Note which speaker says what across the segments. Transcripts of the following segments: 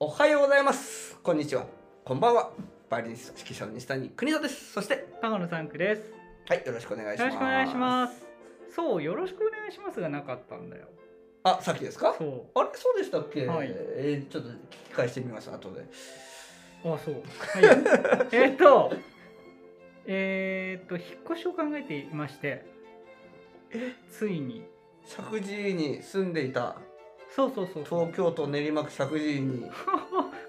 Speaker 1: おはようございます。こんにちは。こんばんは。バイオリニスト指揮者の西谷邦人です。そして、
Speaker 2: 高野さんくです。
Speaker 1: はい、よろしくお願いし
Speaker 2: よ
Speaker 1: ます。
Speaker 2: ろしくお願いします。そう、よろしくお願いしますがなかったんだよ。
Speaker 1: あ、さっきですか
Speaker 2: そ
Speaker 1: あれ、そうでしたっけ、
Speaker 2: はい
Speaker 1: えーちょっと聞き返してみます、後で。
Speaker 2: う。あ、そう。 はい、えっと、えーっと、引っ越しを考えていまして、ついに。
Speaker 1: 石神井に住んでいた
Speaker 2: そうそうそうそう。
Speaker 1: 東京都練馬区石神井に。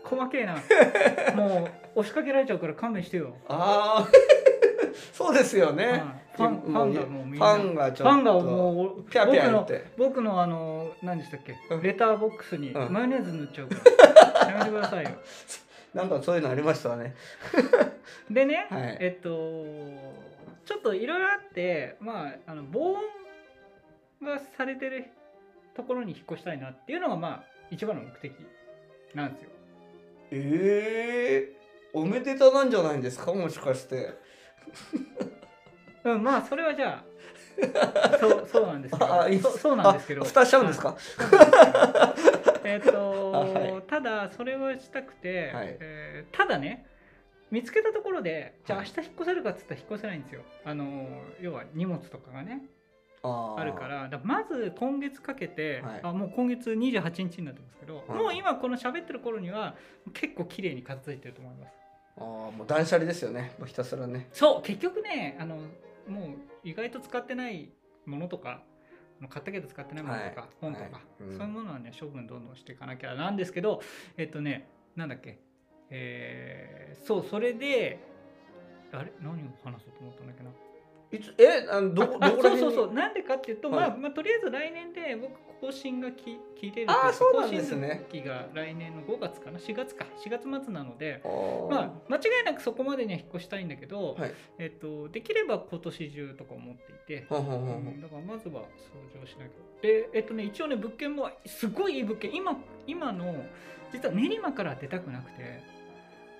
Speaker 2: 細けえ な。もう押しかけられちゃうから勘弁してよ。
Speaker 1: ああ、 そうですよ
Speaker 2: はい
Speaker 1: ね。
Speaker 2: ファンファンがもうみ
Speaker 1: フ
Speaker 2: んな。
Speaker 1: ァ
Speaker 2: フ
Speaker 1: ンがちょっと。
Speaker 2: ァンがもう
Speaker 1: ピャー
Speaker 2: 僕
Speaker 1: ピャー言っ
Speaker 2: の
Speaker 1: て。
Speaker 2: 僕のあの何でしたっけ
Speaker 1: うん
Speaker 2: レターボックスに
Speaker 1: うん
Speaker 2: マヨネーズ塗っちゃ うから、やめてくださいよ。
Speaker 1: なんかそういうのありましたね。
Speaker 2: でね、
Speaker 1: はい
Speaker 2: えっとちょっといろいろあってまああの防音がされてるところに引っ越したいなっていうのがまあ一番の目的なんですよ。
Speaker 1: ええおめでたなんじゃないんですかもしかして。
Speaker 2: うんまあそれはじゃあ そうそうなんですけ
Speaker 1: あいいっ
Speaker 2: ど
Speaker 1: す
Speaker 2: そうそうなんですけど
Speaker 1: あ蓋しちゃうんですか、
Speaker 2: そうなんですけどえっと、
Speaker 1: は
Speaker 2: ただそれをしたくて、
Speaker 1: はい
Speaker 2: えーただね見つけたところでじゃあ
Speaker 1: は
Speaker 2: 明
Speaker 1: い
Speaker 2: 日引っ越せるかっつったら引っ越せないんですよ。あの要は荷物とかがね
Speaker 1: あー
Speaker 2: あるからだからまず今月かけて、
Speaker 1: はい
Speaker 2: あもう今月28日になってますけど、
Speaker 1: うん
Speaker 2: もう今この喋ってる頃には結構綺麗に片付いてると思います
Speaker 1: あーもう断捨離ですよねもうひたすらね
Speaker 2: そう結局ねあのもう意外と使ってないものとかあの買ったけど使ってないものとか、
Speaker 1: はい
Speaker 2: 本とか、
Speaker 1: はいうん
Speaker 2: そういうものはね処分どんどんしていかなきゃなんですけどえっとねなんだっけえーそうそれであれ何を話そうと思ったんだっけない
Speaker 1: つえあのどこ
Speaker 2: あ
Speaker 1: どこら辺
Speaker 2: そう
Speaker 1: に
Speaker 2: そうそうなんでかっていうと、
Speaker 1: はい
Speaker 2: まあ、まあとりあえず来年で僕更新がき聞いてる
Speaker 1: あー
Speaker 2: といか
Speaker 1: そうなんですね
Speaker 2: 更新月が来年の5月かな4月か4月末なので、
Speaker 1: あー
Speaker 2: まあ、間違いなくそこまでには引っ越したいんだけど、
Speaker 1: はい
Speaker 2: えっと、できれば今年中とか思っていて、
Speaker 1: ほんほん
Speaker 2: う
Speaker 1: ほんほん
Speaker 2: ん、だからまずは掃除をしなきゃでえっとね一応ね物件もすごいいい物件今今の実は練馬から出たくなくて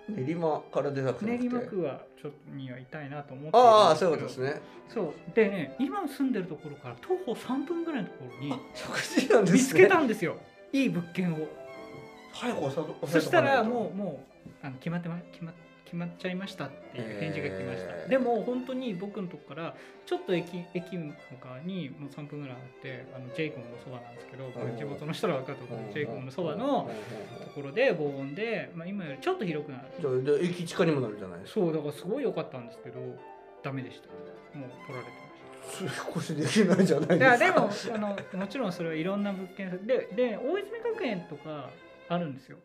Speaker 1: 練馬から出たくなく
Speaker 2: 練
Speaker 1: て
Speaker 2: 馬区はちょっとにはいたいなと思っているん
Speaker 1: ああ
Speaker 2: け
Speaker 1: そう
Speaker 2: ど
Speaker 1: いうことですね
Speaker 2: そうでね今住んでるところから徒歩3分ぐらいのところに
Speaker 1: あ食事なんですね
Speaker 2: 見つけたんですよいい物件を
Speaker 1: 早く押さ押さえ
Speaker 2: そ
Speaker 1: とかないと
Speaker 2: したらもうもうあの決まってま決ま決まっちゃいましたっていう返事が来ました、
Speaker 1: へー
Speaker 2: でも本当に僕のとこからちょっと駅駅向かうにもう3分ぐらいあってあのジェイコムのそばなんですけどこれ地元の人は分かると
Speaker 1: ほん
Speaker 2: 思
Speaker 1: ほんほ
Speaker 2: うんジェイコムのそばの
Speaker 1: ほんほん
Speaker 2: ところで防音で、まあ、今よりちょっと広くなる
Speaker 1: ほんじゃあで駅地下にもなるじゃないですか
Speaker 2: そうだからすごい良かったんですけどダメでしたもう取られてました
Speaker 1: 引っ越しできないじゃない
Speaker 2: い
Speaker 1: ですか
Speaker 2: やでもあのもちろんそれはいろんな物件でで大泉学園とかあるんですよ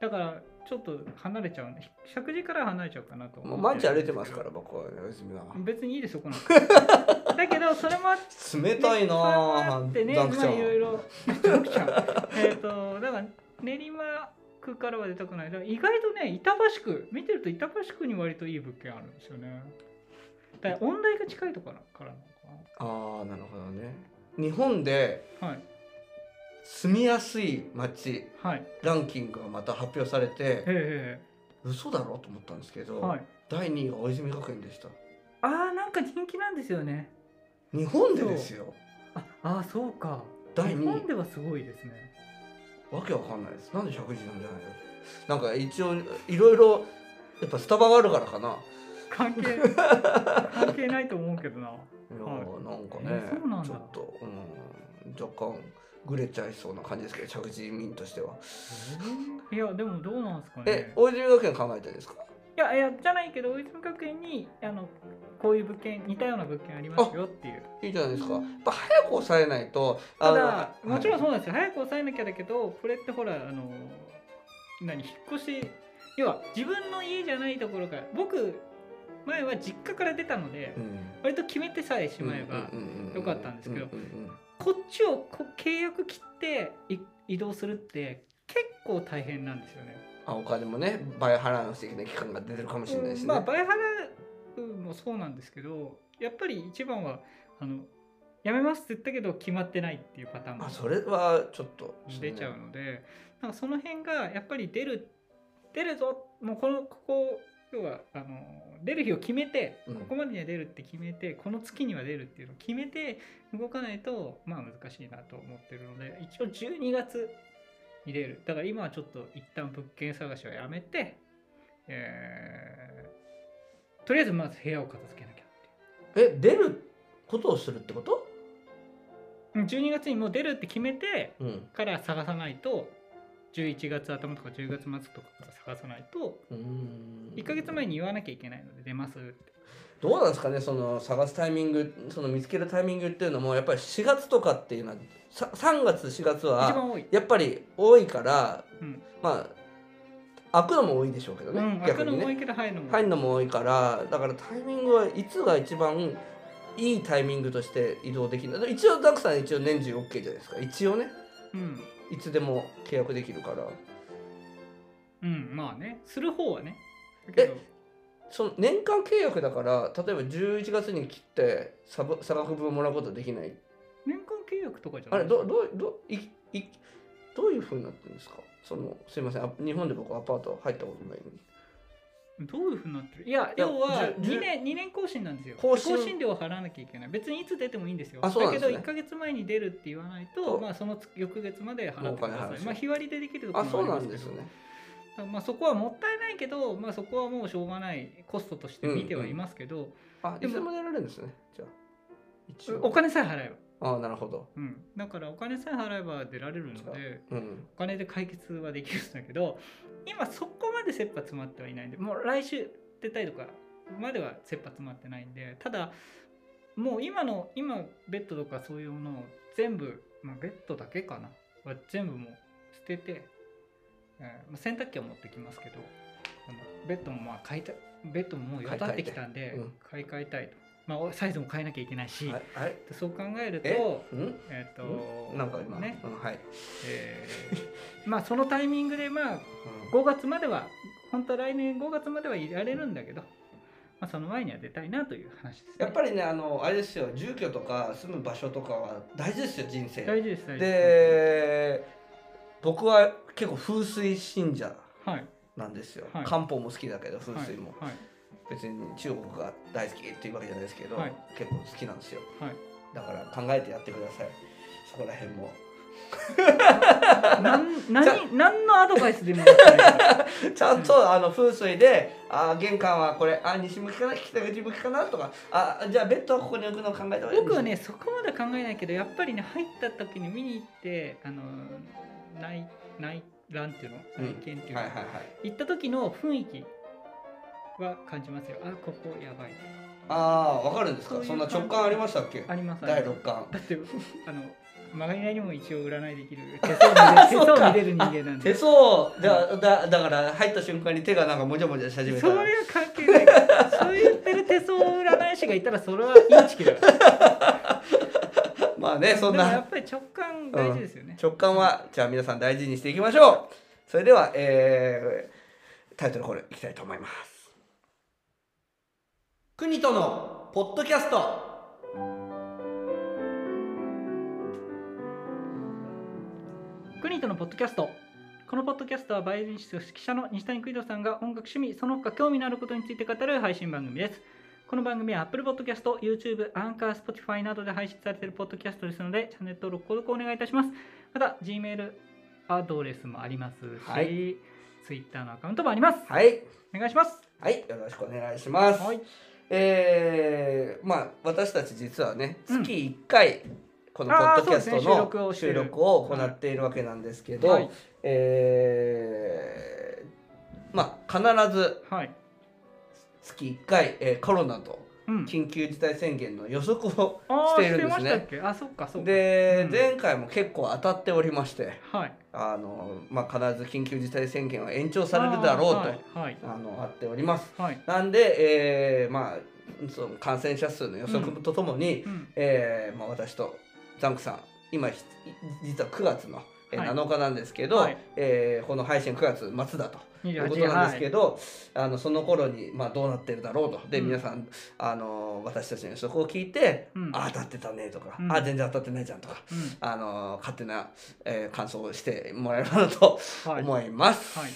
Speaker 2: だからちょっと離れちゃうんで石神井から離れちゃうかなと
Speaker 1: も
Speaker 2: 思
Speaker 1: う
Speaker 2: って
Speaker 1: 毎日歩いてますから僕は休みな
Speaker 2: 別にいいですよこ の子だけどそれもあって
Speaker 1: 冷たいなあ
Speaker 2: それもあ
Speaker 1: ダ
Speaker 2: っ
Speaker 1: ンク
Speaker 2: て
Speaker 1: ち
Speaker 2: ね
Speaker 1: ゃ
Speaker 2: まあ
Speaker 1: ん
Speaker 2: いろいろダンクちゃんえっとだから練馬区からは出たくないだから意外とね板橋区見てると板橋区に割といい物件あるんですよねだから音大が近いところからなのか
Speaker 1: ああなるほどね日本で
Speaker 2: なはい
Speaker 1: 住みやすい街
Speaker 2: はい
Speaker 1: ランキングがまた発表されて
Speaker 2: え
Speaker 1: 嘘だろと思ったんですけ
Speaker 2: え
Speaker 1: ど、
Speaker 2: はい
Speaker 1: 第2位が大泉学園でした
Speaker 2: ああなんか人気なんですよね
Speaker 1: 日本でですよ
Speaker 2: ああーそうか
Speaker 1: 第
Speaker 2: 日
Speaker 1: 2
Speaker 2: 本
Speaker 1: 位
Speaker 2: ではすごいですね
Speaker 1: わけわかんないですなんで100時なんじゃないのなんか一応いろいろやっぱスタバがあるからかな、
Speaker 2: 関係関係ないと思うけどない
Speaker 1: やー
Speaker 2: はい
Speaker 1: なんかね、
Speaker 2: えーそうなんだ
Speaker 1: ちょっと、うん、若干ぐれちゃいそうな感じですけど着地民としては、
Speaker 2: いやでもどうなんですか
Speaker 1: え
Speaker 2: ね
Speaker 1: 大泉学園考えてるんですか
Speaker 2: いやいやじゃないけど大泉学園にあのこういう物件似たような物件ありますよっていう
Speaker 1: いいじゃないですかやっぱ早く抑えないと
Speaker 2: た
Speaker 1: の
Speaker 2: だもちろ
Speaker 1: はい
Speaker 2: んそうなんですよ、早く抑えなきゃだけどこれってほらあの何引っ越し要は自分の家じゃないところから僕前は実家から出たので、
Speaker 1: うん
Speaker 2: 割と決めてさえしまえば、よかったんですけど
Speaker 1: うんうんうんうん
Speaker 2: こっちをこう契約切ってい移動するって結構大変なんですよね。
Speaker 1: あお金もね倍払わなくちゃいけない期間が出てるかもしれないしね、
Speaker 2: まあバイハラもそうなんですけどやっぱり一番はあのやめますって言ったけど決まってないっていうパターンも
Speaker 1: あそれはちょっと
Speaker 2: 出ちゃうのでなんかその辺がやっぱり出る出るぞもうこのここ要はあの出る日を決めて
Speaker 1: う
Speaker 2: こ
Speaker 1: ん
Speaker 2: こまでには出るって決めて、この月には出るっていうのを決めて動かないとまあ難しいなと思ってるので一応12月見れるだから今はちょっと一旦物件探しはやめて、えーとりあえずまず部屋を片付けなきゃっ
Speaker 1: え出ることをするってこと
Speaker 2: ていう12月にもう出るって決めて
Speaker 1: うん
Speaker 2: から探さないと11月頭とか10月末とかから探さないと
Speaker 1: うーん
Speaker 2: 1ヶ月前に言わなきゃいけないので出ますって
Speaker 1: どうなんですかねその探すタイミングその見つけるタイミングっていうのもやっぱり4月とかっていうのはさ3月4月
Speaker 2: 一
Speaker 1: は
Speaker 2: 番多い、
Speaker 1: やっぱり多いから
Speaker 2: うん
Speaker 1: まあ開くのも多いんでしょうけど
Speaker 2: う
Speaker 1: ね、
Speaker 2: ん、開
Speaker 1: 逆
Speaker 2: くの
Speaker 1: に
Speaker 2: も多
Speaker 1: ね
Speaker 2: いけど入るのも多い
Speaker 1: 入るのも多いからだからタイミングはいつが一番いいタイミングとして移動できるの一応ダックさん一応年中 OK じゃないですか一応ね
Speaker 2: うん
Speaker 1: いつでも契約できるから
Speaker 2: うんまあねする方はねだ
Speaker 1: え
Speaker 2: けど
Speaker 1: その年間契約だから例えば11月に切って差分差額分もらうことできない
Speaker 2: 年間契約とかじゃな
Speaker 1: あ
Speaker 2: い
Speaker 1: れどどどいいどういうふうになってるんですかそのすいませんあ日本で僕アパート入ったことないのに
Speaker 2: どういうふうになってるいや
Speaker 1: いや
Speaker 2: 要は
Speaker 1: じゅ
Speaker 2: 2年二年更新なんですよ
Speaker 1: 更
Speaker 2: 更
Speaker 1: 新
Speaker 2: 新料を払わなきゃいけない別にいつ出てもいいんですよ
Speaker 1: あそうなんです
Speaker 2: だ
Speaker 1: ね
Speaker 2: けど1か月前に出るって言わない
Speaker 1: そ
Speaker 2: と
Speaker 1: う
Speaker 2: まあ、その月翌月まで払ってく
Speaker 1: も
Speaker 2: だ
Speaker 1: うお金払
Speaker 2: さ
Speaker 1: う
Speaker 2: い
Speaker 1: し
Speaker 2: まあ日割りでできるとこ
Speaker 1: あ
Speaker 2: ろも
Speaker 1: そうな
Speaker 2: あり
Speaker 1: ん
Speaker 2: ま
Speaker 1: ですす
Speaker 2: けど
Speaker 1: ね
Speaker 2: まあ、そこはもったいないけど、まあ、そこはもうしょうがないコストとして見てはいますけど、
Speaker 1: あい
Speaker 2: で
Speaker 1: つ
Speaker 2: も
Speaker 1: でも出られるんですねじゃあ一
Speaker 2: お
Speaker 1: 応
Speaker 2: 金さえ払えば、
Speaker 1: あなるほど
Speaker 2: うん、だからお金さえ払えば出られるの
Speaker 1: じゃあ
Speaker 2: で
Speaker 1: うん
Speaker 2: お金で解決はできるんだけど今そこまで切羽詰まってはいないんでもう来週出たいとかまでは切羽詰まってないんでただもう今の今ベッドとかそういうものを全部、まあ、ベッドだけかなは全部もう捨てて、えーまあ、洗濯機は持ってきますけどあのベッドもまあ買いたベッドももうよだってきたんで買い替えたいと、まあお、サイズも変えなきゃいけないし、
Speaker 1: はいはい
Speaker 2: でそう考えると
Speaker 1: え
Speaker 2: え
Speaker 1: うん
Speaker 2: っ、と
Speaker 1: なんか今、
Speaker 2: ね
Speaker 1: うん、はい、
Speaker 2: えーまあそのタイミングでまあ
Speaker 1: うん
Speaker 2: 5月までは本当は来年5月まではいられるんだけど、まあ、その前には出たいなという話です、ね、
Speaker 1: やっぱりねあのあれですよ住居とか住む場所とかは大事ですよ人生
Speaker 2: 大事です大事で
Speaker 1: で僕は結構風水信者
Speaker 2: すはい
Speaker 1: なんですよ、
Speaker 2: はい
Speaker 1: 漢方も好きだけど風水も、
Speaker 2: はい
Speaker 1: 別に中国が大好きっていうわけじゃないですけど、
Speaker 2: はい
Speaker 1: 結構好きなんですよ
Speaker 2: はい、
Speaker 1: だから考えてやってくださいそこら辺も
Speaker 2: はい、なん何何のアドバイスでもらってないから
Speaker 1: ちゃんとあの風水であー玄関はこれあー西向きかな北口向きかなとかあーじゃあベッドはここに置くのを考えた方がいい
Speaker 2: 僕はねそこまで考えないけどやっぱりね入った時に見に行ってあの内内覧っていうの
Speaker 1: うん
Speaker 2: 内見っていうの、
Speaker 1: はいはいはい
Speaker 2: 行った時の雰囲気は感じますよあここやばい
Speaker 1: ああわかるんですか
Speaker 2: そ
Speaker 1: そう
Speaker 2: いうん
Speaker 1: な直感ありましたっけ
Speaker 2: ありますあります
Speaker 1: 第六感
Speaker 2: だってあの曲がりなりにも一応占いできる手相を見れ る手
Speaker 1: そう
Speaker 2: 相を
Speaker 1: か
Speaker 2: 見れる人間なん
Speaker 1: 手
Speaker 2: で
Speaker 1: 相だだだから入った瞬間に手がなんかもじゃもじゃし始めた
Speaker 2: それは関係ないからそう言ってる手相占い師がいたらそれはインチキだから
Speaker 1: まあね そん
Speaker 2: でもや
Speaker 1: な
Speaker 2: っぱり直感大事ですよね、
Speaker 1: 直感はじゃあ皆さん大事にしていきましょうそれでは、えータイトルコールいきたいと思います国とのポッドキャスト
Speaker 2: クニートのポッドキャストこのポッドキャストはバイオリニスト指揮者の西谷邦人さんが音楽趣味その他興味のあることについて語る配信番組ですこの番組は Apple Podcast、YouTube、Anchor、Spotify などで配信されているポッドキャストですのでチャンネル登録、購読お願いいたしますまた Gmail アドレスもありますし、
Speaker 1: はい
Speaker 2: Twitter のアカウントもあります
Speaker 1: はい
Speaker 2: お願いします
Speaker 1: はいよろしくお願いします、
Speaker 2: はい
Speaker 1: えーまあ私たち実はね
Speaker 2: うん
Speaker 1: 月1回、このポッドキャスト
Speaker 2: あーそうですね収録
Speaker 1: の
Speaker 2: をして
Speaker 1: 収
Speaker 2: る
Speaker 1: 録を行っているわけなんですけど、
Speaker 2: はい
Speaker 1: えーまあ必ず
Speaker 2: はい
Speaker 1: 月1回、えーコロナと
Speaker 2: うん
Speaker 1: 緊急事態宣言の予測を
Speaker 2: あ
Speaker 1: し
Speaker 2: ー
Speaker 1: ているんで
Speaker 2: ますした
Speaker 1: ね
Speaker 2: っ。けあそっかそっか
Speaker 1: で、
Speaker 2: うん
Speaker 1: 前回も結構当たっておりまして
Speaker 2: はい
Speaker 1: あの、まあ、必ず緊急事態宣言は延長されるだろうとあ、
Speaker 2: あーはい
Speaker 1: のあっております。
Speaker 2: はい、はい
Speaker 1: なんで、えーまあ、その感染者数の予測とともに、
Speaker 2: うん
Speaker 1: えーまあ、私とザンクさん今ひ実は9月のえー
Speaker 2: はい
Speaker 1: 7日なんですけど、
Speaker 2: はい
Speaker 1: えーこの配信9月末だと。という
Speaker 2: 28
Speaker 1: ことなんですけど、あのその頃にまあどうなってるだろうとで、
Speaker 2: うん
Speaker 1: 皆さんあの私たちの予測を聞いて、
Speaker 2: うん
Speaker 1: あ当たってたねとか、
Speaker 2: うん
Speaker 1: あ全然当たってないじゃんとか
Speaker 2: はい
Speaker 1: あの勝手な、えー感想をしてもらえればなと
Speaker 2: うんはい
Speaker 1: 思います、
Speaker 2: はい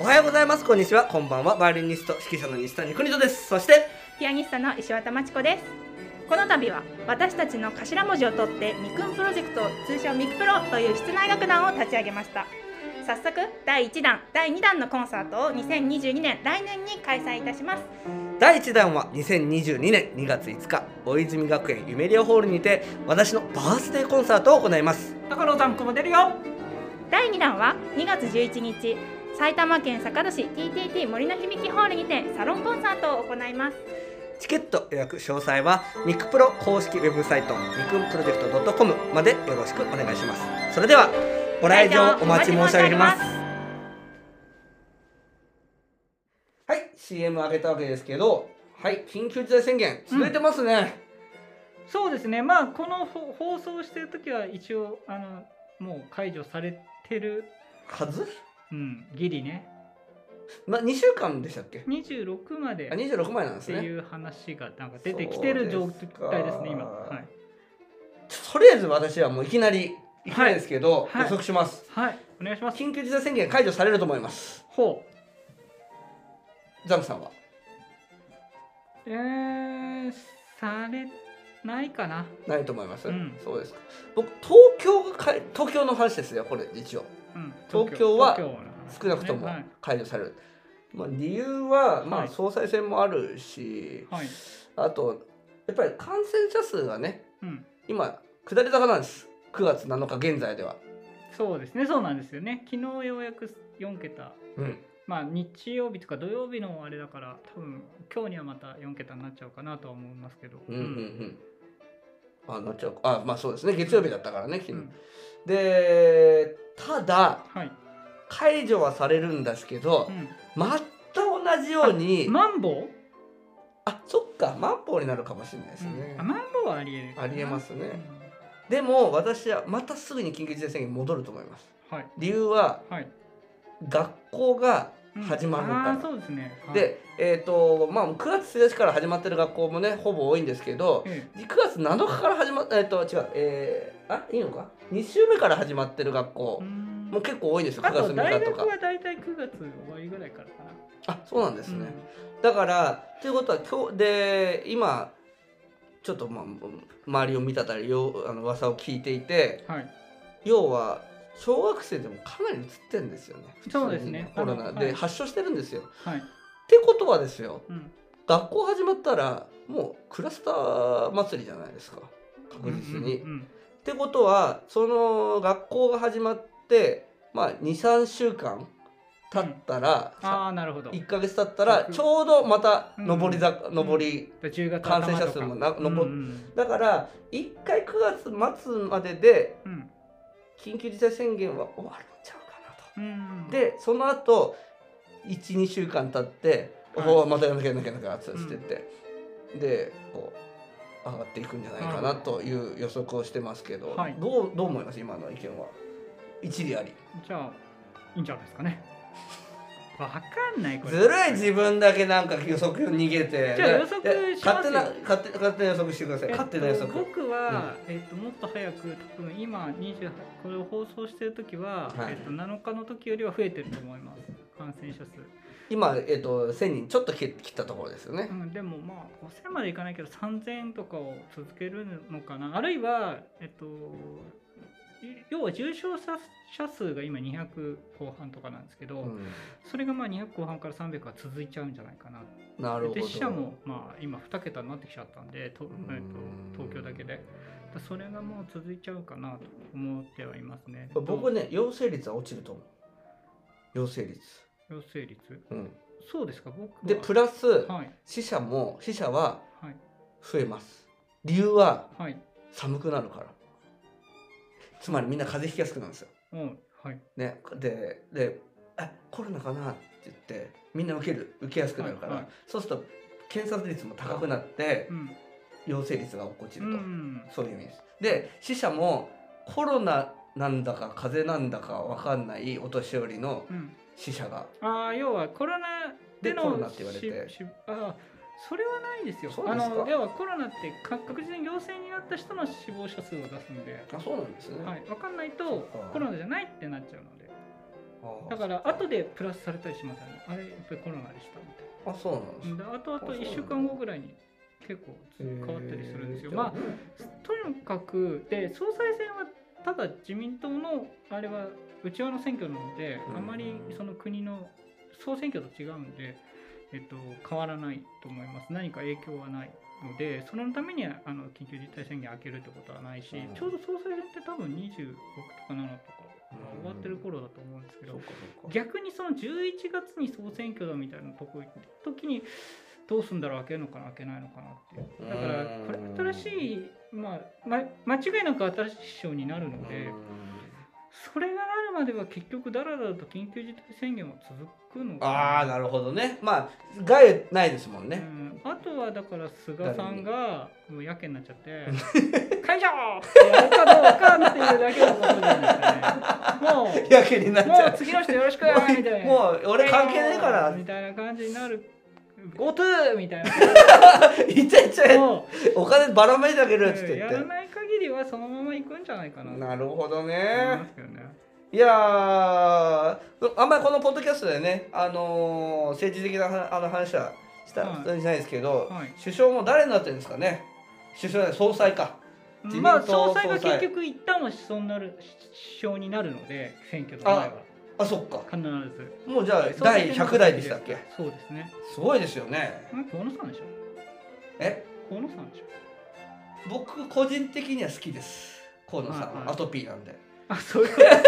Speaker 1: おはようございますこんにちはこんばんはバイオリニスト指揮者の西谷邦人ですそして
Speaker 3: ピアニストの石渡真知子です。この度は私たちの頭文字を取ってみくんプロジェクト通称みくプロという室内楽団を立ち上げました早速第1弾第2弾のコンサートを2022年来年に開催いたします
Speaker 1: 第1弾は2022年2月5日大泉学園ゆめりおホールにて私のバースデーコンサートを行います
Speaker 2: 高野さんこも出るよ
Speaker 3: 第2弾は2月11日埼玉県坂戸市 TTT 森の響きホールにてサロンコンサートを行います
Speaker 1: チケット予約詳細はミクプロ公式ウェブサイトミクンプロジェクト .com までよろしくお願いしますそれではご来場お待ち申し上げますはい CM 開けたわけですけどはい緊急事態宣言続いてますね、
Speaker 2: そうですねまあこのほ放送してる時は一応あのもう解除されてる
Speaker 1: はず、
Speaker 2: うんギリね
Speaker 1: ま、2週間でしたっけ
Speaker 2: 26まで
Speaker 1: あ26枚なんで
Speaker 2: っ
Speaker 1: す
Speaker 2: て
Speaker 1: ね
Speaker 2: いう話がなんか出てきてる状態です
Speaker 1: そう
Speaker 2: ね今
Speaker 1: ですか
Speaker 2: はい、
Speaker 1: とりあえず私はもういきなりいきなりですけど、
Speaker 2: はい
Speaker 1: 予測します
Speaker 2: はい、お願いします
Speaker 1: 緊急事態宣言解除されると思います
Speaker 2: ほう
Speaker 1: ザムさんは
Speaker 2: えー、されないかな
Speaker 1: ないと思います、
Speaker 2: うん
Speaker 1: そうですか僕東京がかい東京の話ですよこれ一応
Speaker 2: うん
Speaker 1: 東京は
Speaker 2: 東京の話
Speaker 1: 少なくとも
Speaker 2: ねはい
Speaker 1: 解除される、まあ、理由は、ま
Speaker 2: は
Speaker 1: あ、
Speaker 2: い
Speaker 1: 総裁選もあるし、
Speaker 2: はい
Speaker 1: あとやっぱり感染者数がね
Speaker 2: うん、
Speaker 1: 今下り坂なんです9月7日現在では
Speaker 2: そうですねそうなんですよね昨日ようやく4桁
Speaker 1: うん
Speaker 2: まあ日曜日とか土曜日のあれだから多分今日にはまた4桁になっちゃうかなとは思いますけど、
Speaker 1: うんうんうんあなっちゃうあまあそうですね月曜日だったからね昨日、
Speaker 2: うん
Speaker 1: でただ
Speaker 2: はい、
Speaker 1: 解除はされるんですけど、
Speaker 2: うん、
Speaker 1: また同じようにあ,、
Speaker 2: マンボウ、
Speaker 1: そっかマンボウになるかもしれないです
Speaker 2: う
Speaker 1: ね
Speaker 2: ん、あ、マンボウはありえる
Speaker 1: ありえますねでも私はまたすぐに緊急事態宣言に戻ると思います
Speaker 2: うんはい
Speaker 1: 理由は
Speaker 2: はい、
Speaker 1: 学校が
Speaker 2: うん
Speaker 1: 始まるから
Speaker 2: あーそうですね、はい、
Speaker 1: でえっ、とまあ9月1日から始まってる学校もねほぼ多いんですけど
Speaker 2: え
Speaker 1: 9月7日から始まっえっ、と違うえー、あいいのか2週目から始まってる学
Speaker 2: え、
Speaker 1: 校
Speaker 2: う、ん
Speaker 1: もう結構多いんですよ
Speaker 2: あ
Speaker 1: 9月
Speaker 2: と大
Speaker 1: 6日と
Speaker 2: 学
Speaker 1: か
Speaker 2: は大体9月終わりぐらいからかな
Speaker 1: あそうなんですね、
Speaker 2: うん
Speaker 1: だからということは今日で今ちょっとまあ周りを見たたりようあの噂を聞いていて
Speaker 2: はい、
Speaker 1: 要は小学生でもかなり移ってんですよね。
Speaker 2: そうですね
Speaker 1: 普通にコロ
Speaker 2: あ
Speaker 1: ナ
Speaker 2: の
Speaker 1: で
Speaker 2: はい
Speaker 1: 発症してるんですよ。っ
Speaker 2: はい
Speaker 1: てことはですよ
Speaker 2: うん、
Speaker 1: 学校始まったらもうクラスター祭りじゃないですか確実に。
Speaker 2: うんうんうん
Speaker 1: ってことはその学校が始まって、まあ、23週間経ったら、
Speaker 2: ああなるほど
Speaker 1: 1か月経ったらちょうどまた上り坂、
Speaker 2: ん
Speaker 1: 上り
Speaker 2: 10月
Speaker 1: 感染者数もな
Speaker 2: 残うん
Speaker 1: 残っだから一回9月末までで
Speaker 2: うん
Speaker 1: 緊急事態宣言は終わるんちゃうかなと。
Speaker 2: うん、
Speaker 1: でその後12週間経って「
Speaker 2: はい
Speaker 1: おおまたやんなきゃやんなきゃやんなきゃ」つってって、でこう上がっていくんじゃないか
Speaker 2: な
Speaker 1: な
Speaker 2: るほど
Speaker 1: という予測をしてますけど、
Speaker 2: はい
Speaker 1: どうどう思います今の意見は一理あり
Speaker 2: じゃあいいんじゃないですかねわかんないこれ
Speaker 1: ずるい自分だけなんか予測逃げて
Speaker 2: じゃあ予測
Speaker 1: で
Speaker 2: しますよ
Speaker 1: 勝手な勝手勝手な予測してください、
Speaker 2: えっと
Speaker 1: 勝手な予測
Speaker 2: 僕は、えっと、もっと早く多分今28これを放送してる時は、
Speaker 1: はい
Speaker 2: えっと、7日の時よりは増えてると思います感染者数、
Speaker 1: 今、えっと1000人ちょっと切切ったところですよね、
Speaker 2: うん、でもまあ5000までいかないけど3000とかを続けるのかなあるいはえっとい要は重症者者数が今200後半とかなんですけど、
Speaker 1: う
Speaker 2: それがまあ200後半から300は続いちゃうんじゃないかなって
Speaker 1: ん、なるほど
Speaker 2: で死者もまあ今2桁になってきちゃったんでと、
Speaker 1: ん
Speaker 2: えっと東京だけでだからそれがもう続いちゃうかなと思ってはいますね
Speaker 1: 僕
Speaker 2: ね
Speaker 1: ね陽性率は落ちると思う陽性率、
Speaker 2: 陽性率
Speaker 1: うん、
Speaker 2: そうですか僕は
Speaker 1: でプラス
Speaker 2: はい
Speaker 1: 死者も死者は
Speaker 2: はい
Speaker 1: 増えます理由は
Speaker 2: はい
Speaker 1: 寒くなるからつまりみんな風邪ひきやすくなるんですよ、
Speaker 2: うんはい
Speaker 1: ね、でで「あコロナかな?」って言ってみんな受ける受けやすくなるから、
Speaker 2: はいはい
Speaker 1: そうすると検査率も高くなって
Speaker 2: うん
Speaker 1: 陽性率が落っこち
Speaker 2: う
Speaker 1: ると、
Speaker 2: ん
Speaker 1: そういう意味ですで死者もコロナなんだか風邪なんだかわかんないお年寄りの
Speaker 2: うん
Speaker 1: 死者が
Speaker 2: ああ要はコロナでの
Speaker 1: でコロナって言われて
Speaker 2: ししああそれはないですよ
Speaker 1: そうですか
Speaker 2: あの要はコロナってか確実に陽性になった人の死亡者数を出すんで、
Speaker 1: あそうなんですね、
Speaker 2: はい、分かんない
Speaker 1: そう
Speaker 2: と
Speaker 1: か
Speaker 2: コロナじゃないってなっちゃうので
Speaker 1: あ
Speaker 2: だから後でプラスされたりしますよねあれやっぱりコロナでしたみたいな
Speaker 1: あそうなんですね
Speaker 2: であとあと
Speaker 1: あそうなんだ
Speaker 2: 1週間後ぐらいに結構変わったりするんですよ。まあとにかくで総裁選はただ自民党のあれは内輪の選挙なので、
Speaker 1: うん
Speaker 2: あまりその国の総選挙と違うんで、えっと、変わらないと思います何か影響はないのでそのためにあの緊急事態宣言開けるってことはないし、
Speaker 1: うん
Speaker 2: ちょうど総裁選って多分26とか7とか
Speaker 1: うん
Speaker 2: 終わってる頃だと思うんですけど、
Speaker 1: そうかそうか
Speaker 2: 逆にその11月に総選挙だみたいなとこ行った時にどうすんだろう開けるのかな開けないのかなっていうだからこれ新しい、まあ、ま間違いなく新しい首相になるのでそれがなるまでは結局だらだらと緊急事態宣言は続くのか
Speaker 1: ああ
Speaker 2: な
Speaker 1: なるほどねまあ害ないですもん
Speaker 2: う
Speaker 1: ね、
Speaker 2: ん、あとはだから菅さんがもうやけになっちゃ って「解除!」ってやるかどうかっていうだけのことじゃない ですかね。もう
Speaker 1: やけになっち
Speaker 2: もう
Speaker 1: ゃ
Speaker 2: 次の人よろしく
Speaker 1: う
Speaker 2: みたいな。
Speaker 1: もう俺関係ないから
Speaker 2: みたいな感じになる GoTo みたいな
Speaker 1: イチャイチャ
Speaker 2: もう
Speaker 1: お金ばらまいてあげるっつって言
Speaker 2: や
Speaker 1: っ
Speaker 2: らない限りはそのまま行くんじゃないか
Speaker 1: て
Speaker 2: な
Speaker 1: なるほど
Speaker 2: 思いま
Speaker 1: ね
Speaker 2: すけどね
Speaker 1: いやーあんまりこのポッドキャストでねあのー政治的なはあの話はした、
Speaker 2: はい
Speaker 1: じゃないですけど、
Speaker 2: はい
Speaker 1: 首相も誰になってるんですかね首相じゃない総裁か自民党
Speaker 2: まあ総裁が
Speaker 1: 総裁
Speaker 2: 結局一旦は首相になる首相になるので選挙の前は
Speaker 1: あそっか
Speaker 2: 必ず
Speaker 1: もうじゃあ
Speaker 2: 総裁
Speaker 1: 第
Speaker 2: 選の
Speaker 1: 100代でしたっけ
Speaker 2: そうですね
Speaker 1: すごいですよね
Speaker 2: あ河野さんでしょ
Speaker 1: え
Speaker 2: 河野さんでしょ
Speaker 1: 僕個人的には好きです河野さん、
Speaker 2: はいはい
Speaker 1: アトピーなんで
Speaker 2: あそういうことです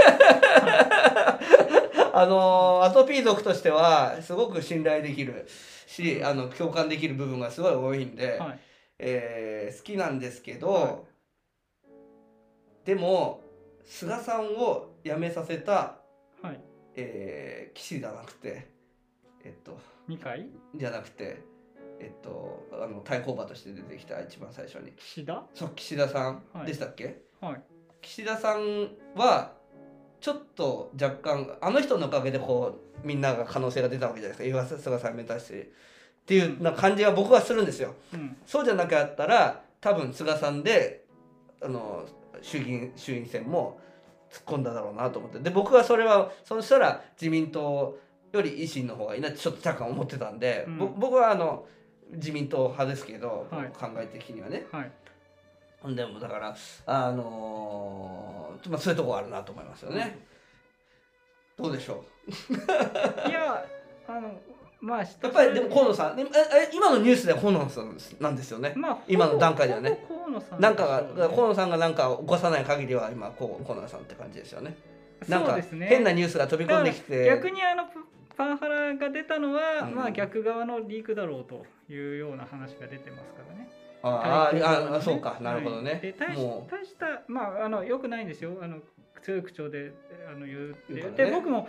Speaker 1: あのーアトピー族としてはすごく信頼できるしあの共感できる部分がすごい多いんで、
Speaker 2: はい
Speaker 1: えー好きなんですけど、
Speaker 2: は
Speaker 1: でも菅さんを辞めさせた、
Speaker 2: はい
Speaker 1: えー、岸じゃなくてえっと
Speaker 2: 二回
Speaker 1: じゃなくてえっとあの対抗馬として出てきた一番最初に
Speaker 2: 岸田
Speaker 1: そう岸田さん
Speaker 2: はい
Speaker 1: でしたっけ、
Speaker 2: はい
Speaker 1: 岸田さんはちょっと若干あの人のおかげでこうみんなが可能性が出たわけじゃないですか岩瀬菅さん目指してっていうな感じは僕はするんですよ。
Speaker 2: うん
Speaker 1: そうじゃなかったら多分菅さんであの衆議院衆院選も突っ込んだだろうなと思ってで僕はそれはそしたら自民党より維新の方がいいなってちょっと若干思ってたんで、
Speaker 2: うん
Speaker 1: ぼ僕はあの自民党派ですけど、
Speaker 2: はい
Speaker 1: 考え的にはね。
Speaker 2: はい
Speaker 1: でもだからあのーまあそういうとこあるなと思いますよね。どうでしょ
Speaker 2: いやあのまあや
Speaker 1: う。やっぱりでも河野さん、でもええ今のニュースでは河野さんなんですよね。
Speaker 2: まあ
Speaker 1: 今の段階ではね
Speaker 2: ほぼ河野さん
Speaker 1: なんかが、
Speaker 2: でしょうね
Speaker 1: 河野さんがなんか起こさない限りは今こう河野さんって感じですよね。なん
Speaker 2: そう
Speaker 1: か
Speaker 2: ですね
Speaker 1: 変なニュースが飛び込んできて、
Speaker 2: 逆にあのプパワハラが出たのは、
Speaker 1: うん
Speaker 2: まあ逆側のリークだろうというような話が出てますからね。
Speaker 1: あー
Speaker 2: 対抗側の
Speaker 1: あ
Speaker 2: ね
Speaker 1: あそうかなるほど
Speaker 2: はいで
Speaker 1: ね。
Speaker 2: 大し
Speaker 1: も
Speaker 2: 大したまああの良くないんですよ。あの強い口調であの言うって
Speaker 1: 言うからね
Speaker 2: で僕も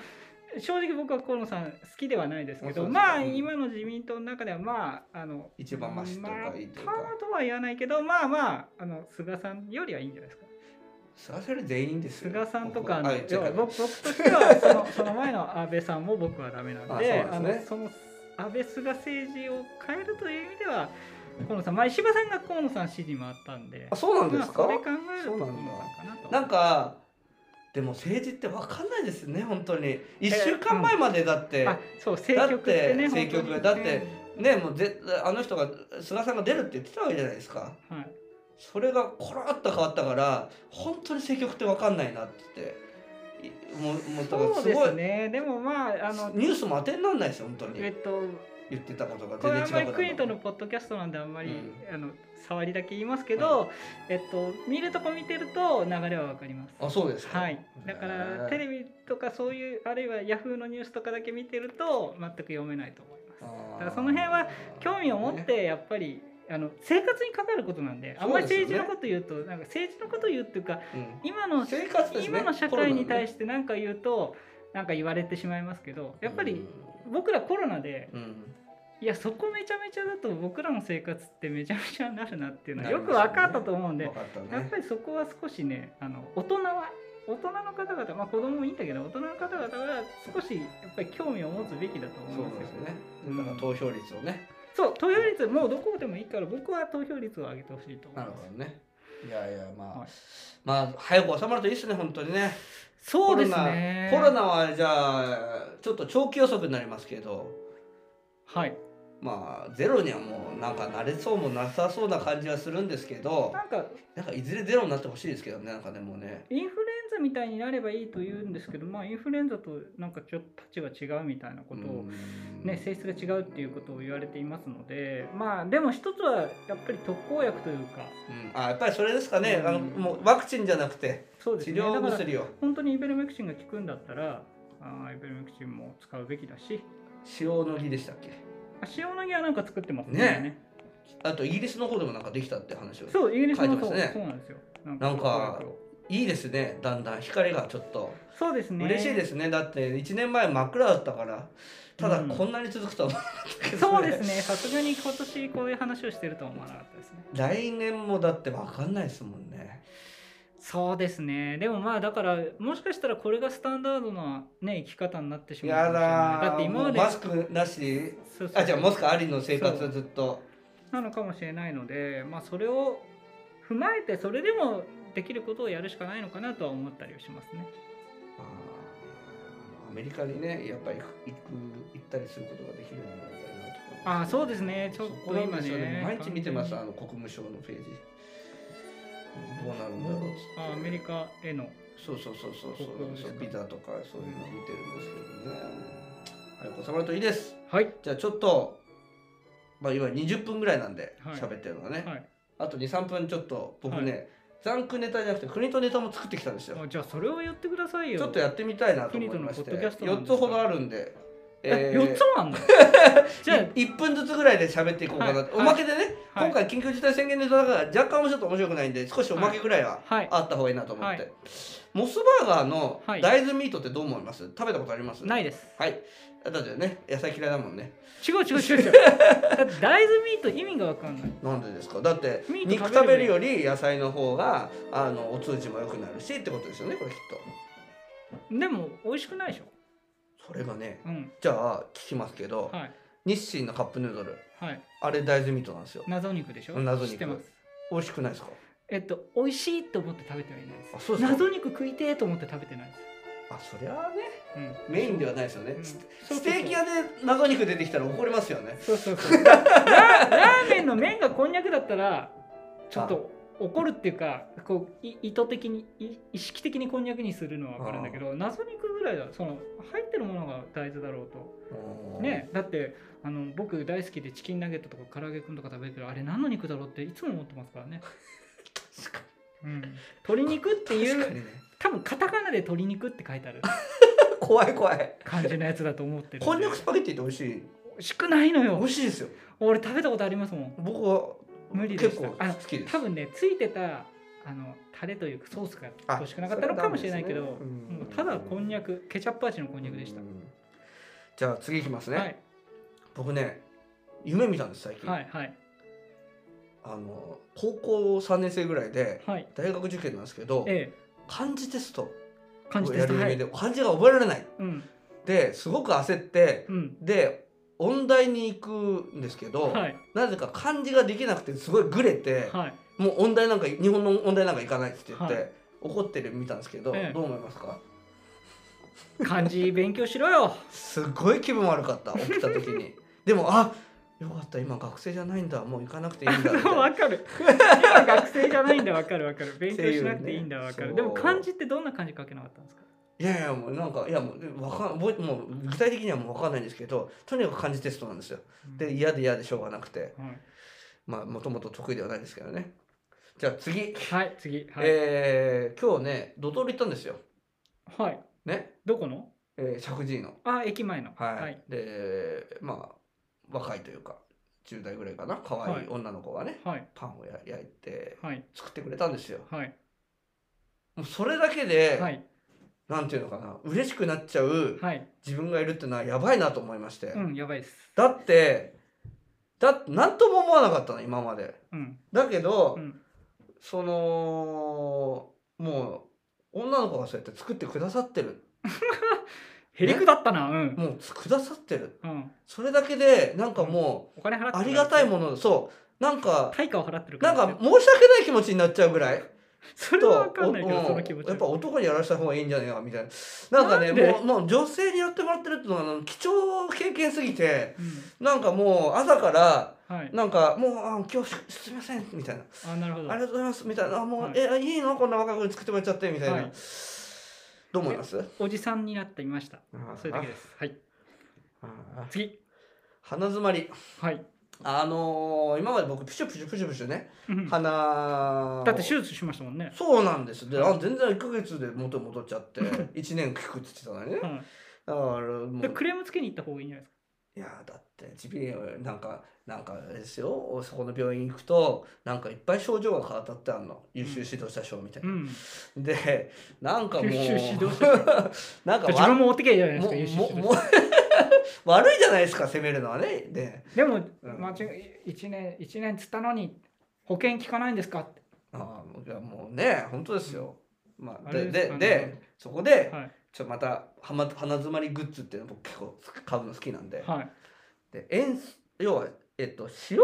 Speaker 2: 正直僕は河野さん好きではないですけど、
Speaker 1: まあ
Speaker 2: ま
Speaker 1: そう
Speaker 2: あ
Speaker 1: ですね
Speaker 2: 今の自民党の中ではまああの
Speaker 1: 一番マシというかいいというか
Speaker 2: まあパワーとは言わないけど、まあまああの菅さんよりはいいんじゃないですか。
Speaker 1: う菅さんより全員ですよ。
Speaker 2: 菅さんと
Speaker 1: 僕
Speaker 2: かの
Speaker 1: はあ
Speaker 2: 要は
Speaker 1: 違う
Speaker 2: 僕僕としてはそ のその前の安倍さんも僕はダメなんで
Speaker 1: あそうですね
Speaker 2: のその安倍菅政治を変えるという意味では河野さん、まあ、石破さんが河野さん支持もあったんで
Speaker 1: あそうなんですか。
Speaker 2: まあ、それ考えると
Speaker 1: そう
Speaker 2: 河
Speaker 1: なん
Speaker 2: 野
Speaker 1: だ
Speaker 2: さんかなと
Speaker 1: なんかでも政治ってわかんないですね本当に一週間前までだって、
Speaker 2: あそう政局ってね
Speaker 1: だって
Speaker 2: 本当に
Speaker 1: 政局だってねもうぜあの人が菅さんが出るって言ってたわけじゃないですか
Speaker 2: はい、
Speaker 1: それがコロッと変わったから本当に政局ってわかんないなっていもうもうだから
Speaker 2: そう
Speaker 1: す
Speaker 2: で
Speaker 1: ごい
Speaker 2: すねでもまああの
Speaker 1: ニュースも当てになんないですよ本当
Speaker 2: え
Speaker 1: に
Speaker 2: っと
Speaker 1: 言ってたことが
Speaker 2: これ
Speaker 1: 全
Speaker 2: あんま
Speaker 1: 然違
Speaker 2: り
Speaker 1: う
Speaker 2: クイーンと
Speaker 1: こ
Speaker 2: のポッドキャストなんであんまり、
Speaker 1: う
Speaker 2: あの触りだけ言いますけど、えっと、見るとこ見てると流れはわかります。
Speaker 1: とあそうですか
Speaker 2: はい、だからテレ
Speaker 1: ビ
Speaker 2: ビとかそういうあるいはヤフーのニュースとかだけ見てると全く読めないと思います。だからその辺は興味を持ってやっぱりあの生活に関わることなんであんまり
Speaker 1: そうで
Speaker 2: 政
Speaker 1: すよ
Speaker 2: 治
Speaker 1: ね
Speaker 2: のこと言うとなんか政治のこと言うっていうか今の
Speaker 1: 生活ですね
Speaker 2: 今の社会に対
Speaker 1: して
Speaker 2: して何か言うとなんか言われてしまいますけどやっぱり僕らコロナで
Speaker 1: うん
Speaker 2: いやそこめちゃめちゃだと僕らの生活ってめちゃめちゃになるなっていうのは
Speaker 1: な
Speaker 2: よ
Speaker 1: ります
Speaker 2: く
Speaker 1: よね
Speaker 2: 分かったと思うんで
Speaker 1: 分かったね
Speaker 2: やっぱりそこは少しねあの大人は大人の方々まあ子供もいいんだけど大人の方々は少しやっぱり興味を持つべきだと
Speaker 1: そう
Speaker 2: 思い
Speaker 1: で
Speaker 2: ますす
Speaker 1: ね
Speaker 2: よ。
Speaker 1: だから投票率をね、
Speaker 2: そう投票率もうどこでもいいから僕は投票率を上げてほしいと思
Speaker 1: ないるほ
Speaker 2: ます。
Speaker 1: どね。いやいやまあ、
Speaker 2: はい
Speaker 1: まあ早く収まるといいですね本当にね。
Speaker 2: そうですね。
Speaker 1: コロナコロナはじゃあちょっと長期予測になりますけど、
Speaker 2: はい
Speaker 1: まあゼロにはもうなんか慣れそうもなさそうな感じはするんですけど
Speaker 2: なんか
Speaker 1: なんかいずれゼロになってほしいですけどねなんかでもね
Speaker 2: インフルエンザみたいになればいいと言うんですけど、まあ、インフルエンザとなんかちょっとたちが違うみたいなことを、
Speaker 1: うん
Speaker 2: ね、性質が違うっていうことを言われていますので、まあ、でも一つはやっぱり特効薬というか、
Speaker 1: うんあやっぱりそれですかね、
Speaker 2: うん
Speaker 1: あのもうワクチンじゃなくて
Speaker 2: そうで
Speaker 1: 治
Speaker 2: すね、だ
Speaker 1: 療
Speaker 2: から
Speaker 1: 薬を
Speaker 2: 本当にイベルメクチンが効くんだったら、あーイベルメクチンも使うべきだし、
Speaker 1: 塩の儀でしたっけ
Speaker 2: あ塩のぎはなんか作ってますね。
Speaker 1: ねあとイギリスの方でもなんかできたって話を
Speaker 2: そう、イギリスも
Speaker 1: 書
Speaker 2: そう,、
Speaker 1: いてますね
Speaker 2: そうなんですよ。なん
Speaker 1: なんか
Speaker 2: 特効薬を
Speaker 1: いいですねだんだん光がちょっと、
Speaker 2: そうですね。。
Speaker 1: 嬉しいですすねだって1年前真っ暗だったからただ
Speaker 2: うん
Speaker 1: こんなに続くとは思わなかったけど、
Speaker 2: そうですね、さすがに今年こういう話をしてるとは思わなかったですね。
Speaker 1: 来年もだって分かんないですもんね
Speaker 2: そうですね。でもまあだからもしかしたらこれがスタンダードなね生き方になってしまうか
Speaker 1: や
Speaker 2: もし
Speaker 1: だー
Speaker 2: れないだって今まで
Speaker 1: もうマスクなし
Speaker 2: そうそう
Speaker 1: あじゃあマスクありの生活ずっと
Speaker 2: なのかもしれないので、まあそれを踏まえてそれでもできることをやるしかないのかなとは思ったりはしますね。
Speaker 1: あーアメリカにねやっぱり行く行く行ったりすることができるようになりたいなとか
Speaker 2: あーそうですねちょっと
Speaker 1: そこなんですよ
Speaker 2: 今ね
Speaker 1: 毎日見てますあ
Speaker 2: 完
Speaker 1: の国務省のページどうなるんだろうっつって
Speaker 2: あアメリカへの
Speaker 1: そうそうそうそうそう
Speaker 2: 国
Speaker 1: そう
Speaker 2: ですか
Speaker 1: ビザとかそういうの見てるんですけどね早く収まるといいです
Speaker 2: はい
Speaker 1: じゃあちょっとまあ今20分ぐらいなんで
Speaker 2: はい
Speaker 1: 喋ってるのがね、
Speaker 2: はい。
Speaker 1: あと23分ちょっと僕ね、
Speaker 2: は
Speaker 1: ザンクネタじゃなくて国とネタも作ってきたんですよ
Speaker 2: あじゃあそれを言ってくださいよ。
Speaker 1: ちょっとやってみたいなと思いまして
Speaker 2: クニトのポッドキャストなん
Speaker 1: 4
Speaker 2: です
Speaker 1: つ
Speaker 2: か
Speaker 1: ほどあるんで、え
Speaker 2: え
Speaker 1: ー
Speaker 2: 四つもあ んの。じゃ
Speaker 1: い1分ずつぐらいで喋っていこうかなって、
Speaker 2: はい
Speaker 1: おまけでね、
Speaker 2: あはい
Speaker 1: 今回緊急事態宣言ネタだから若干もちょっと面白くないんで少しおまけぐらいは
Speaker 2: はい
Speaker 1: あった方がいいなと思って、
Speaker 2: はい
Speaker 1: モスバーガーの
Speaker 2: はい
Speaker 1: 大豆ミートってどう思います食べたことあります
Speaker 2: ないです。
Speaker 1: はいだってね野菜嫌いだもんね
Speaker 2: 違う違う違う違う。だって大豆ミート意味がわかんない。
Speaker 1: なんでですかだって
Speaker 2: ミート食
Speaker 1: 肉食べ
Speaker 2: べればいい
Speaker 1: るより野菜の方があのお通じも良くなるしってことですよねこれきっ
Speaker 2: でも美味しくないでしょ。
Speaker 1: とそれがね
Speaker 2: うん。
Speaker 1: じゃあ聞きますけど、
Speaker 2: はい
Speaker 1: 日清のカップヌードル
Speaker 2: はい。
Speaker 1: あれ大豆ミートなんですよ
Speaker 2: 謎肉でしょ。
Speaker 1: 謎肉
Speaker 2: 知ってます。
Speaker 1: 美味しくないですか
Speaker 2: えっと美味しいと思って食べてはいないです。
Speaker 1: あそうですか
Speaker 2: 謎肉食いてえと思って食べてないです。
Speaker 1: あそりゃあね
Speaker 2: うん。
Speaker 1: メインではないですよね、
Speaker 2: うん
Speaker 1: ス
Speaker 2: そうそうそう
Speaker 1: ステーキ屋で謎肉出てきたら怒りますよね
Speaker 2: そうそうそう。ララーメンの麺がこんにゃくだったらちょっと。怒るっていうかこうい意図的にい意識的にこんにゃくにするのは分かるんだけど謎肉ぐらいだその入ってるものが大豆だろうと
Speaker 1: おー
Speaker 2: ね、だってあの僕大好きでチキンナゲットとか唐揚げくんとか食べるけどあれ何の肉だろうっていつも思ってますからね、
Speaker 1: 確か
Speaker 2: うん、鶏肉って
Speaker 1: に
Speaker 2: い
Speaker 1: 確かに
Speaker 2: う
Speaker 1: ね
Speaker 2: 多分カタカナで鶏肉って書いてある
Speaker 1: 怖い怖い
Speaker 2: 感じのやつだと思ってる
Speaker 1: こんにゃくスパゲッティって美味しい
Speaker 2: 美味しくないの
Speaker 1: 美
Speaker 2: よ
Speaker 1: 味しいですよ
Speaker 2: 俺食べたことありますもん
Speaker 1: 僕は
Speaker 2: 無理で
Speaker 1: 結
Speaker 2: した
Speaker 1: 構好きです
Speaker 2: 多分ねついてたあのタレというかソースが
Speaker 1: あ
Speaker 2: 欲しくなかったのかもしれないけど、
Speaker 1: そうなんですねうん
Speaker 2: もうただこんにゃくケチャップ味のこんにゃくでした、
Speaker 1: うんじゃあ次いきますね、
Speaker 2: はい
Speaker 1: 僕ね夢見たんです最近、
Speaker 2: はいはい
Speaker 1: あの高校3年生ぐらいで
Speaker 2: はい
Speaker 1: 大学受験なんですけど
Speaker 2: ええ
Speaker 1: 漢字テスト
Speaker 2: 感じ
Speaker 1: を
Speaker 2: で
Speaker 1: や
Speaker 2: した
Speaker 1: る
Speaker 2: は
Speaker 1: 夢で、
Speaker 2: い
Speaker 1: 漢字が覚えられない
Speaker 2: うん
Speaker 1: ですごく焦って
Speaker 2: うん
Speaker 1: で音大に行くんですけど、
Speaker 2: はい
Speaker 1: なぜか漢字ができなくてすごいグレて、
Speaker 2: はい
Speaker 1: もう音大なんか日本の音大なんか行かないって言って、
Speaker 2: はい
Speaker 1: 怒ってるみたんですけど、
Speaker 2: ええ
Speaker 1: どう思いますか
Speaker 2: 漢字勉強しろよ
Speaker 1: すごい気分悪かった起きた時に でもあよかった今学生じゃないんだもう行かなくていいん だみた いな
Speaker 2: わかる今学生じゃないんだわかるわかる 勉強しなくていいんだわか
Speaker 1: っていう
Speaker 2: る
Speaker 1: ね
Speaker 2: でも
Speaker 1: そう
Speaker 2: 漢字ってどんな漢字書けなかったんですか
Speaker 1: いやいやもうなんかいやもうわかん覚えもう具体的にはもう分かんないんですけどとにかく漢字テストなんですよで嫌で嫌でしょうがなくて
Speaker 2: はい
Speaker 1: まあもともと得意ではないですけどねじゃあ次、
Speaker 2: はい次はい、
Speaker 1: えー今日ねドトール行ったんですよ
Speaker 2: はい
Speaker 1: ね
Speaker 2: どこの
Speaker 1: えー、石神井の
Speaker 2: あ駅前の
Speaker 1: はい、
Speaker 2: はい
Speaker 1: でまあ若いというか10代ぐらいかな可
Speaker 2: は
Speaker 1: 愛
Speaker 2: い
Speaker 1: い女の子がね、
Speaker 2: はい
Speaker 1: パンをや焼いて
Speaker 2: はい
Speaker 1: 作ってくれたんですよ
Speaker 2: はい
Speaker 1: もうそれだけで、
Speaker 2: はい
Speaker 1: なんていうのかな嬉しくなっちゃう
Speaker 2: はい
Speaker 1: 自分がいるってのはやばいなと思いまして、
Speaker 2: うんやばいです
Speaker 1: だってだって何とも思わなかったの今まで
Speaker 2: うん
Speaker 1: だけど、
Speaker 2: うん
Speaker 1: そのもう女の子がそうやって作ってくださってる
Speaker 2: へりくだったなうん
Speaker 1: もうくださってる
Speaker 2: うん
Speaker 1: それだけでなんかも
Speaker 2: お金払っ
Speaker 1: う
Speaker 2: て
Speaker 1: ありがたい
Speaker 2: ん
Speaker 1: ものそうなんか
Speaker 2: 対価を払ってるか
Speaker 1: なん
Speaker 2: ら
Speaker 1: か申し訳ない気持ちになっちゃうぐらい
Speaker 2: それは分かんないけど、その気持ち
Speaker 1: や
Speaker 2: は
Speaker 1: っぱ男にやらした方がいいんじゃねえかみたいななんかね
Speaker 2: なんで
Speaker 1: もうもう女性にやってもらってるっていうのはあの貴重経験すぎて
Speaker 2: うん
Speaker 1: なんかもう朝から
Speaker 2: はい。
Speaker 1: なんかもうあ今日すすみませんみたいな
Speaker 2: あ、なるほど。
Speaker 1: ありがとうございますみたいなあもう、
Speaker 2: はい
Speaker 1: えあいいのこんな若い子に作ってもらっちゃってみたいな、
Speaker 2: はい
Speaker 1: どう思います
Speaker 2: おじさんになってみました。それだけです。はい。
Speaker 1: ああ
Speaker 2: 次。
Speaker 1: 鼻づまり
Speaker 2: はい。
Speaker 1: あのー今まで僕プシュプシュプシュプシュね
Speaker 2: うんだ
Speaker 1: 鼻を
Speaker 2: って手術しましたもんね。
Speaker 1: そうなんですであ全然1ヶ月で元に戻っちゃ って1年効くって言ってたのにねだか
Speaker 2: は
Speaker 1: らも
Speaker 2: い。
Speaker 1: う
Speaker 2: でクレームつけに行った方がいいんじゃないですか。
Speaker 1: いやだって自分なんかなんかあれですよそこの病院行くとなんかいっぱい症状が変わったってあんの優秀指導者賞みたいうな、
Speaker 2: ん。
Speaker 1: でなんかもう
Speaker 2: 優秀指導
Speaker 1: なんか
Speaker 2: 自分
Speaker 1: わ
Speaker 2: も持ってけばいいじゃないです
Speaker 1: も
Speaker 2: か、優秀
Speaker 1: も
Speaker 2: 指導
Speaker 1: も 悪いじゃないですか攻めるのはねで
Speaker 2: でも、
Speaker 1: うん
Speaker 2: 間違い1年、一年つったのに、保険効かないんですかって。
Speaker 1: ああいやもうね本当ですよ、まあ、
Speaker 2: あ
Speaker 1: で
Speaker 2: れです
Speaker 1: で
Speaker 2: かね
Speaker 1: でそこで
Speaker 2: はい。
Speaker 1: ちょまたはま鼻づまりグッズっていうの僕結構買うの好きなんで
Speaker 2: はい。
Speaker 1: で塩素要は、えっと、塩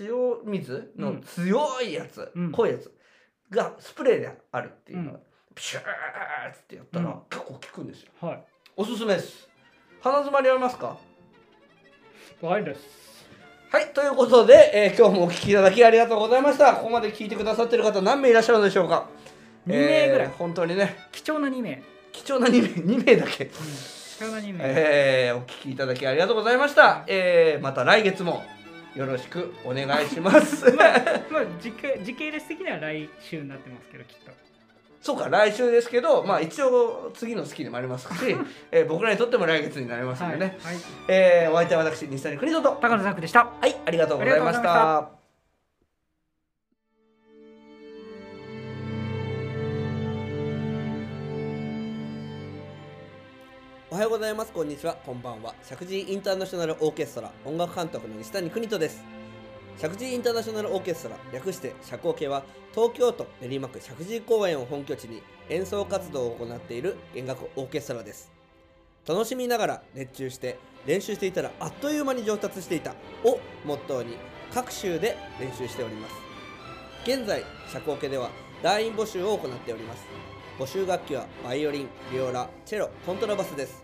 Speaker 1: 塩水
Speaker 2: う
Speaker 1: の
Speaker 2: ん
Speaker 1: 強いやつ、
Speaker 2: うん
Speaker 1: 濃いやつがスプレーであるっていうのが、
Speaker 2: う
Speaker 1: ピシューってやったら、
Speaker 2: うん
Speaker 1: 結構効くんですよ
Speaker 2: はい。
Speaker 1: おすすめです鼻づまりありますか
Speaker 2: ワイルです。
Speaker 1: はい、ということで、えー今日もお聞きいただきありがとうございました。ここまで聞いてくださってる方何名いらっしゃるのでしょうか。
Speaker 2: 2名ぐらい
Speaker 1: えー本当にね、
Speaker 2: 貴重な2名。うん
Speaker 1: 貴重な2名 ,2 名だけ、
Speaker 2: 貴重な2名。
Speaker 1: えーお聞きいただきありがとうございました。えーまた来月もよろしくお願いします。
Speaker 2: まあ、まあ、時系時系列的には来週になってますけど、きっと。
Speaker 1: そうか、来週ですけど、まあ一応次の月でもありますし、えー僕らにとっても来月になりますの
Speaker 2: は
Speaker 1: で
Speaker 2: い。
Speaker 1: ね。
Speaker 2: はい、
Speaker 1: えーお相手は私、西谷邦人と。
Speaker 2: 高野作でした。
Speaker 1: はい、ありがとうございま
Speaker 2: ありがとうございま
Speaker 1: し
Speaker 2: したた。
Speaker 1: おはようございます。こんにちは。こんばんは。石神井インターナショナルオーケストラ音楽監督の西谷邦人です。石神井インターナショナルオーケストラ略して社交系は東京都練馬区石神井公園を本拠地に演奏活動を行っている弦楽オーケストラです。楽しみながら熱中して練習していたらあっという間に上達していたをモットーに各州で練習しております現在社交系では団員募集を行っております募集楽器はバイオリンビオラチェロコントラバスです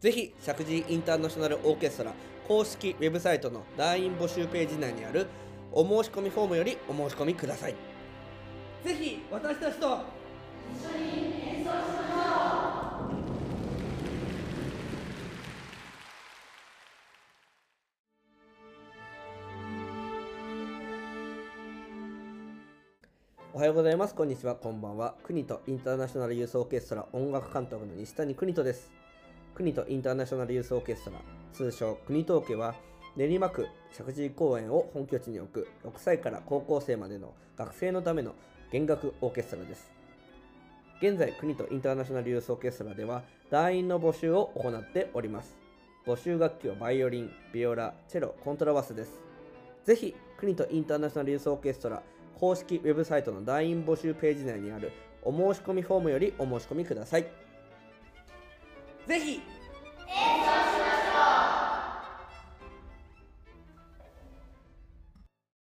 Speaker 1: ぜひ石神井インターナショナルオーケストラ公式ウェブサイトの団員募集ページ内にあるお申し込みフォームよりお申し込みくださいぜひ私たちとおはようございます。こんにちは。こんばんは。国とインターナショナルユースオーケストラ音楽監督の西谷邦人です。国とインターナショナルユースオーケストラ、通称国東家は、練馬区石神井公園を本拠地に置く6歳から高校生までの学生のための弦楽オーケストラです。現在、国とインターナショナルユースオーケストラでは、団員の募集を行っております。募集楽器はバイオリン、ビオラ、チェロ、コントラバスです。ぜひ、国とインターナショナルユースオーケストラ公式ウェブサイトの団員募集ページ内にあるお申し込みフォームよりお申し込みください。ぜひ